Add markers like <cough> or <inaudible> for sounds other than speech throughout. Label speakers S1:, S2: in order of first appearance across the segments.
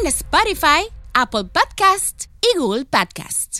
S1: en Spotify, Apple Podcast y Google Podcast.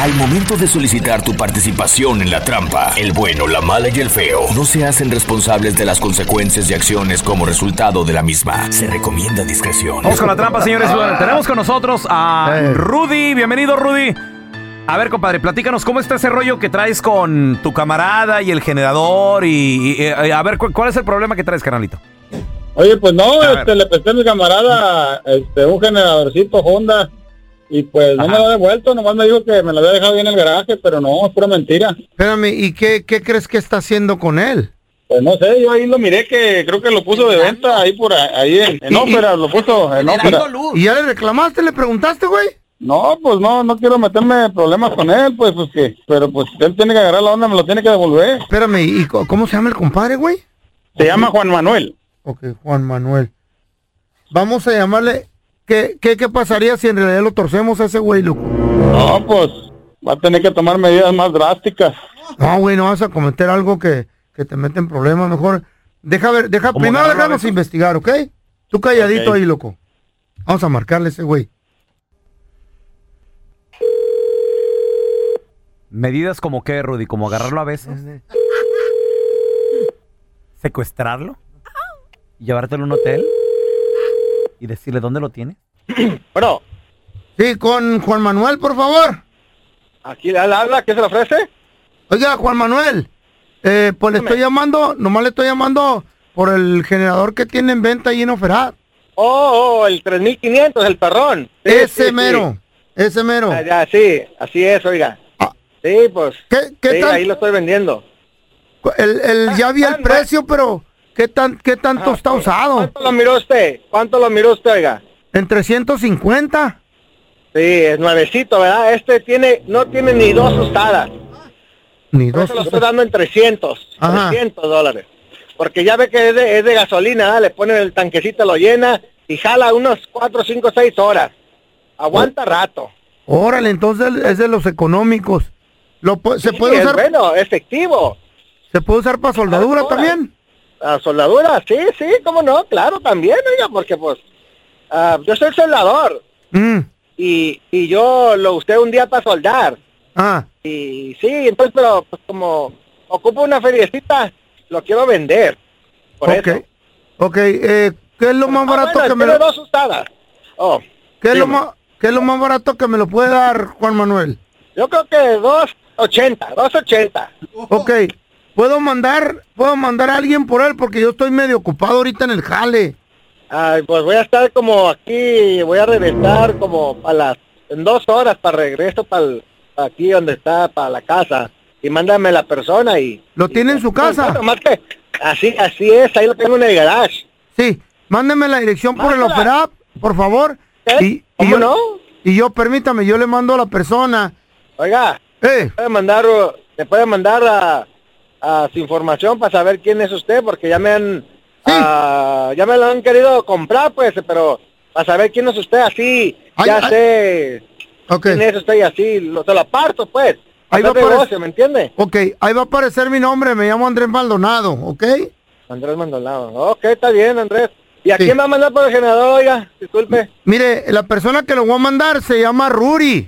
S2: Al momento de solicitar tu participación en la trampa, el bueno, la mala y el feo no se hacen responsables de las consecuencias y acciones como resultado de la misma. Se recomienda discreción.
S3: Vamos con la trampa, señores.
S4: Ah.
S3: Bueno, Tenemos con nosotros a
S4: Eh.
S3: Rudy. Bienvenido, Rudy. A ver, compadre, platícanos cómo está ese rollo que traes con tu camarada y el generador. Y, y, eh, a ver, ¿cu- ¿cuál es el problema que traes, carnalito?
S5: Oye, pues no,
S3: A ver.
S5: este, le presté a mi camarada este, un generadorcito Honda y pues no me lo ha devuelto, nomás me dijo que me lo había dejado bien en el garaje, pero no, es pura mentira.
S4: Espérame, ¿y qué, qué crees que está haciendo con él?
S5: Pues no sé, yo ahí lo miré que creo que lo puso de venta ahí por a- ahí en, en
S4: Y-
S5: ópera, lo puso en ópera.
S4: ¿Y ya le reclamaste, le preguntaste, güey?
S5: No, pues no, no quiero meterme en problemas con él, pues pues que, pero pues él tiene que agarrar la onda, me lo tiene que devolver.
S4: Espérame, ¿y co- cómo se llama el compadre, güey?
S5: Se llama Juan Manuel.
S4: Ok, Juan Manuel. Vamos a llamarle. ¿Qué, qué, qué pasaría si en realidad lo torcemos a ese güey, loco?
S5: No, pues va a tener que tomar medidas más drásticas.
S4: No, güey, no vas a cometer algo que, que te mete en problemas, mejor. Deja ver, deja,
S3: Como
S4: primero
S3: agarrar la
S4: déjanos
S3: venta.
S4: investigar, ¿ok? Tú calladito
S5: Ok.
S4: ahí, loco. Vamos a marcarle a ese güey.
S3: Medidas como qué, Rudy, como agarrarlo a veces, secuestrarlo, llevártelo a un hotel y decirle dónde lo tiene.
S5: Bueno,
S4: Sí, con Juan Manuel, por favor.
S5: aquí él habla, ¿qué se le ofrece?
S4: Oiga, Juan Manuel, eh, pues le estoy llamando, nomás le estoy llamando por el generador que tiene en venta ahí en Oferat.
S5: Oh, oh, el 3500, el perrón. Sí, sí,
S4: ese
S5: sí.
S4: mero, ese mero.
S5: Ah, ya, sí, así es, oiga.
S4: Ah.
S5: Sí, pues.
S4: ¿Qué, qué
S5: sí,
S4: tan-
S5: ahí lo estoy vendiendo.
S4: el, el- ya vi
S5: ah,
S4: el
S5: no. Ah,
S4: precio, pero ¿qué, tan, qué tanto está usado?
S5: ¿Cuánto lo miró usted? ¿Cuánto lo miró usted, oiga?
S4: ¿En 350?
S5: Sí, es nuevecito, ¿verdad? Este tiene, no tiene ni dos usadas.
S4: Ni
S5: Por
S4: dos.
S5: eso lo Pues estoy dando en 300,
S4: Ajá.
S5: 300 dólares. Porque ya ve que es de, es de gasolina, ¿verdad? le ponen el tanquecito, lo llena y jala unos 4, 5, 6 horas.
S4: Oh.
S5: Aguanta rato.
S4: Órale, entonces es de los económicos. Lo, pu- se,
S5: Sí,
S4: puede
S5: es
S4: usar,
S5: bueno, efectivo.
S4: ¿Se puede usar para soldadura
S5: Ahora.
S4: también?
S5: Ah, soldadura, sí, sí, cómo no, claro, también, oiga, porque pues ah, yo soy soldador
S4: Mm,
S5: y, y yo lo usé un día para soldar.
S4: Ah,
S5: Y sí, entonces, pero pues, como ocupo una feriecita, lo quiero vender. Por
S4: ok.
S5: eso.
S4: Ok, eh, ¿qué es lo más
S5: Ah,
S4: barato
S5: bueno,
S4: que me
S5: tiene
S4: lo...
S5: dos usadas. Oh,
S4: ¿Qué es, lo
S5: Dígame.
S4: más, ¿Qué es lo más barato que me lo puede dar Juan Manuel?
S5: yo creo que dos ochenta, dos ochenta.
S4: Ok, ¿puedo mandar, puedo mandar a alguien por él? Porque yo estoy medio ocupado ahorita en el jale.
S5: Ay, pues voy a estar como aquí, voy a regresar como a las en dos horas para regreso para aquí donde está para la casa y mándame la persona y
S4: ¿Lo
S5: y-
S4: tiene en su casa?
S5: Bueno, más que- así así es, ahí lo tengo en el garage.
S4: Sí, mándeme la dirección por el
S5: Mándala.
S4: OFERAP, por favor.
S5: ¿Eh? ¿Cómo
S4: yo,
S5: no?
S4: Y yo, permítame, yo le mando a la persona.
S5: Oiga,
S4: Eh,
S5: puede mandar uh, me puede mandar a, a su información para saber quién es usted porque ya me han
S4: Sí.
S5: ah, ya me lo han querido comprar pues, pero para saber quién es usted así
S4: Ay,
S5: ya
S4: ay.
S5: sé
S4: ok.
S5: en eso estoy así, lo, te lo aparto, pues. Ahí
S4: Ahí
S5: va
S4: va a aparecer-
S5: negocio, ¿me entiende?
S4: Ok, ahí va a aparecer mi nombre, me llamo Andrés Maldonado, ¿ok?
S5: Andrés Mandolado. Ok, está bien, Andrés. ¿Y a
S4: Sí.
S5: quién va a mandar por el generador, oiga? Disculpe.
S4: Mire, la persona que lo voy a mandar se llama Ruri.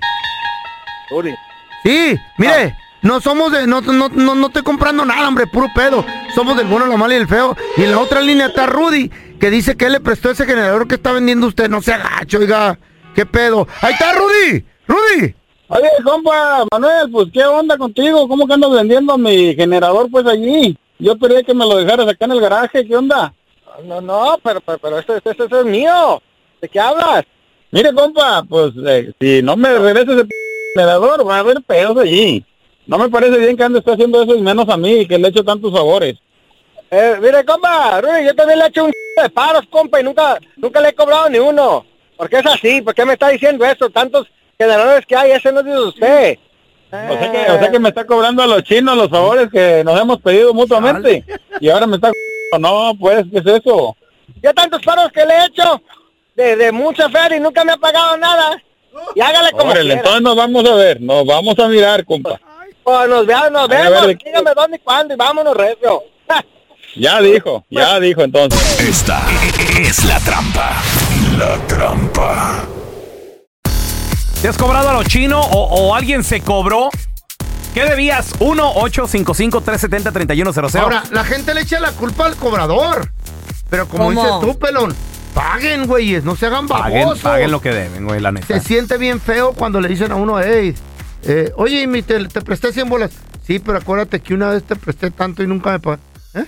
S5: Uri.
S4: Sí,
S3: Ah.
S4: mire, no somos de, no, no, no, no estoy comprando nada, hombre, puro pedo. Somos del bueno, lo malo y el feo. Y en la otra línea está Rudy, que que dice que él le prestó ese generador que está vendiendo usted. No se agacho, oiga. ¿Qué pedo? ¡Ahí está Rudy! ¡Rudy!
S6: Oye, compa, Manuel, pues qué onda contigo, ¿cómo que andas vendiendo mi generador pues allí? Yo pedí que me lo dejaras acá en el garaje, ¿qué onda? No, no, pero, pero, pero este, este, este es mío, ¿de qué hablas? Mire, compa, pues eh, si no me regresas el p- generador, va a haber pedos allí. No me parece bien que andes tú haciendo eso y menos a mí, que le echo tantos favores. Eh, mire, compa, Rudy, yo también le he hecho un ch- de paros, compa, y nunca, nunca le he cobrado ni uno. ¿Por qué es así? ¿Por qué me está diciendo eso? Tantos generadores que hay, ese no es de usted. Eh. O sea, que, o sea que me está cobrando a los chinos los favores que nos hemos pedido mutuamente. Y ahora me está... No, pues, ¿qué es eso? Yo tantos paros que le he hecho de, de mucha fe y nunca me ha pagado nada. Y hágale como entonces nos vamos a ver, nos vamos a mirar, compa. Pues nos veamos, nos vemos, dígame dónde y cuándo y vámonos, recio. <laughs> ya dijo, ya dijo entonces.
S7: Esta es la trampa. La trampa.
S3: ¿Te has cobrado a lo chino o, o alguien se cobró? ¿Qué debías? 1-855-370-3100.
S4: Ahora, la gente le echa la culpa al cobrador. Pero como
S8: ¿Cómo?
S4: dices tú, pelón, paguen, güeyes, no se hagan babosos.
S3: paguen, paguen lo que deben, güey, la neta.
S4: Se siente bien feo cuando le dicen a uno, hey, eh, oye, mi, te, te presté 100 bolas. Sí, pero acuérdate que una vez te presté tanto y nunca me pagaste. ¿Eh?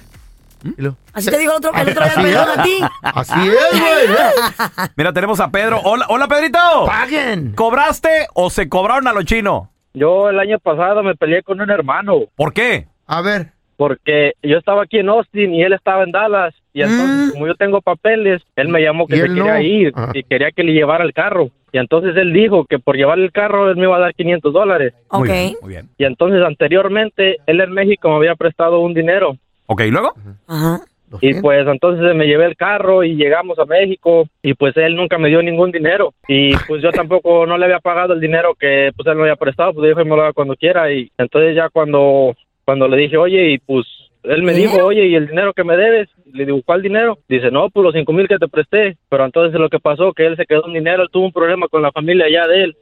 S4: Y luego,
S9: Así te digo el otro, el otro día,
S4: Así
S9: perdón, a ti.
S4: Así es, güey. ¿eh?
S3: Mira, tenemos a Pedro. Hola, hola Pedrito.
S4: Paguen.
S3: ¿Cobraste o se cobraron a lo chino?
S6: Yo el año pasado me peleé con un hermano
S3: ¿Por qué?
S4: A ver,
S6: porque yo estaba aquí en Austin y él estaba en Dallas y entonces como yo tengo papeles, él me llamó que
S4: Ah. Y
S6: se
S4: él
S6: quería
S4: no.
S6: ir
S4: Ah.
S6: y quería que le llevara el carro y entonces él dijo que por llevar el carro él me iba a dar 500 dólares
S3: Muy
S9: Ok.
S3: bien, muy bien.
S6: y entonces anteriormente él en México me había prestado un dinero
S3: Ok, ¿y luego?
S9: Ajá.
S6: y
S4: 200.
S6: pues entonces me llevé el carro y llegamos a México y pues él nunca me dio ningún dinero y pues yo tampoco no le había pagado el dinero que pues él me había prestado, pues dijo me lo haga cuando quiera y entonces ya cuando cuando le dije, "Oye, y pues él me dijo, oye, ¿y el dinero que me debes? Le digo, ¿cuál dinero? Dice, no, pues los cinco mil que te presté. Pero entonces lo que pasó, que él se quedó sin dinero, él tuvo un problema con la familia allá de él.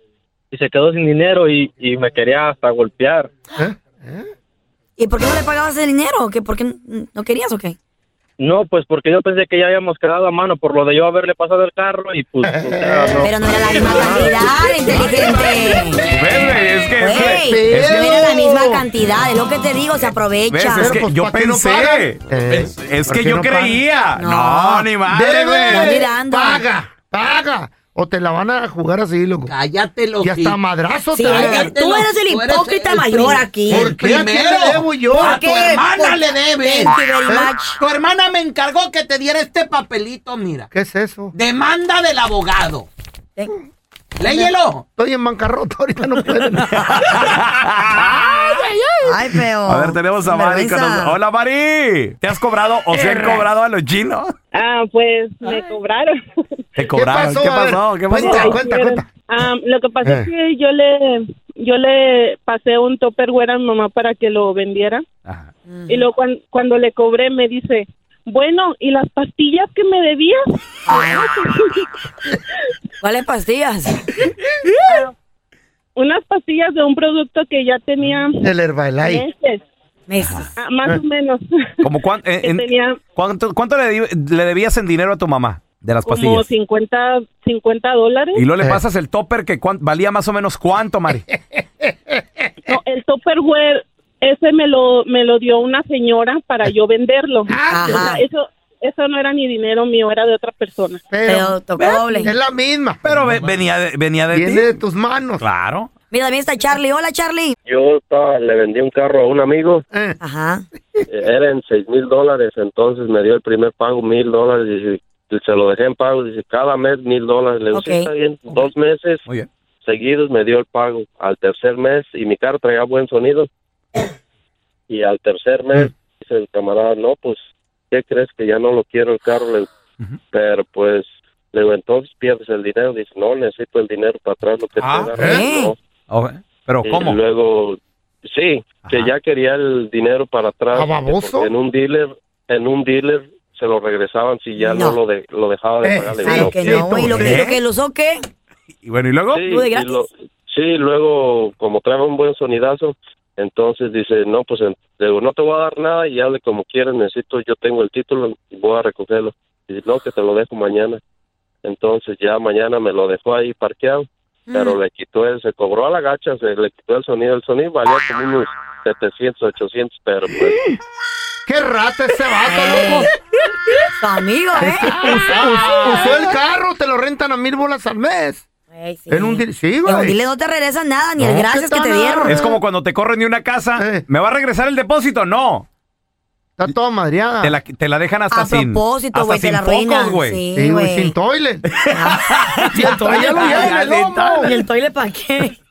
S6: Y se quedó sin dinero y, y me quería hasta golpear.
S4: ¿Eh?
S9: ¿Y por qué no le pagabas el dinero? ¿Qué, ¿Por qué n- no querías o qué?
S6: No, pues porque yo pensé que ya habíamos quedado a mano por lo de yo haberle pasado el carro y pues... o <laughs> sea, no.
S9: Pero no era la misma cantidad, inteligente.
S3: ¿Ves, Pues, güey? Es que... es que-
S9: Güey,
S4: es que-
S9: no era la misma cantidad, es lo que te digo, se
S3: ¿Ves?
S9: aprovecha.
S3: Es que
S4: pues,
S3: yo
S4: ¿pa' qué no pagan?
S3: pensé.
S4: Eh,
S3: es es
S4: ¿por
S3: que
S4: qué
S3: yo
S4: no pagan?
S3: creía. No,
S9: No.
S3: ni madre,
S4: Debe,
S9: Estás
S3: güey.
S9: mirando.
S4: Paga, paga. O te la van a jugar así, loco.
S10: Cállate los
S4: Y hasta madrazo
S9: Sí,
S4: te van a
S9: oiga,
S4: dar.
S10: cállate
S9: tú
S10: los-
S9: eres el
S10: tú eres
S9: hipócrita
S10: el
S9: mayor
S10: prim-
S9: aquí.
S4: ¿Por qué? ¿A quién
S10: primero.
S4: le debo yo?
S10: A tu
S9: ¿Por qué?
S10: hermana le debes.
S4: ¿Eh?
S9: Thank you very much.
S10: Tu hermana me encargó que te diera este papelito, mira.
S4: ¿Qué es eso?
S10: Demanda del abogado.
S9: Ten-
S10: Léyelo.
S4: Estoy en bancarrota, ahorita no puedo.
S9: <laughs> Ay, feo.
S3: A ver, tenemos a Mari con
S9: Vergüenza.
S3: nosotros. Hola, Mari. ¿Te has cobrado o se han cobrado a los chinos?
S11: Ah, pues me cobraron. <laughs>
S3: Te cobraron.
S4: pasó?
S3: ¿Qué
S4: A ver,
S3: pasó? ¿Qué pasó?
S4: cuenta, cuenta, cuenta.
S11: Am, Ah, lo que pasa es
S4: Eh.
S11: que yo le yo le pasé un topperware a mi mamá para que lo vendiera
S3: Ajá.
S11: y luego cuan- cuando le cobré me dice, "Bueno, ¿y las pastillas que me debías?"
S9: ¿Cuáles pastillas?
S11: Unas pastillas de un producto que ya tenía
S4: El Herbalife.
S11: meses,
S9: Meses.
S11: ah, más o menos. <laughs>
S3: ¿Cómo cuán- eh,
S11: Que
S3: en- en-
S11: tenía
S3: cuánto, cuánto le, di- le debías en dinero a tu mamá de las
S11: como
S3: pastillas?
S11: 50 50 dólares.
S3: Y luego le
S4: Eh.
S3: pasas el topper que cuán- valía más o menos
S4: <laughs>
S3: cuánto, Mari.
S11: No, el topperware ese me lo me lo dio una señora para yo venderlo.
S3: Ah.
S11: O sea,
S9: Ajá.
S11: eso eso no era ni dinero mío, era de otra persona.
S9: Pero
S4: Pero
S9: tocó doble.
S4: es la misma.
S3: Pero ve- venía de, venía de
S4: Viene
S3: ti.
S4: de tus manos.
S3: Claro.
S9: Mira, también está Charlie. Hola, Charlie.
S6: Yo estaba- le vendí un carro a un amigo,
S4: Eh,
S9: Ah, Ajá.
S6: eh, era en seis mil dólares, entonces me dio el primer pago mil dólares y y se lo dejé en pago, dice, cada mes mil dólares, le digo,
S9: Ok.
S6: "Sí, está bien, dos meses
S3: Muy bien.
S6: seguidos me dio el pago, al tercer mes, y mi carro traía buen sonido, y al tercer mes, dice el camarada, no, pues, ¿qué crees que ya no lo quiero el carro? Le digo, pero pues, le digo, entonces pierdes el dinero, dice, no, necesito el dinero para atrás, lo que
S3: Ah,
S6: te dan,
S9: ¿eh?
S6: no".
S3: Ok. Pero
S6: Y
S3: ¿cómo?
S6: luego, sí, que
S3: Ajá.
S6: ya quería el dinero para atrás.
S4: ¿Ah, baboso?
S6: porque En un dealer, en un dealer se lo regresaban si ya no,
S9: No.
S6: lo, de- lo dejaba de
S4: Eh,
S6: pagar. Le digo,
S9: Claro
S6: no.
S9: que no. ¿Y lo que,
S3: ¿Eh?
S9: lo que lo usó qué?
S3: Y bueno, ¿y luego?
S6: Sí,
S9: ¿Tú de
S6: y
S9: gratis?
S6: lo- sí, luego, como trae un buen sonidazo, entonces dice, no, pues en- le digo, no te voy a dar nada y hazle como quieras, necesito, yo tengo el título y voy a recogerlo.
S12: y no, que te lo dejo mañana. Entonces ya mañana me lo dejó ahí parqueado, pero le quitó el, se cobró a la gacha, se le quitó el sonido, el sonido valía como unos 700, 800, pero pues...
S4: ¡Qué rata ese vato, loco!
S9: Tu amigo, ¿eh?
S4: Usó el carro, te lo rentan a mil bolas al mes. En un dil- Sí,
S9: Pero
S4: güey.
S9: dile, no te regresan nada, ni el
S3: No,
S9: gracias que te dieron.
S3: Es como cuando te corren de una casa. ¿Me va a regresar el depósito? No.
S4: Está toda madreada.
S3: Te la, te la dejan hasta
S4: A
S3: sin.
S4: propósito,
S3: hasta
S4: güey, te
S3: sin
S4: la
S3: focos,
S4: arruinan,
S3: güey.
S4: sí, Sí, güey, güey. sin toilet.
S3: Sin toilet.
S9: ¿Y el toile para qué?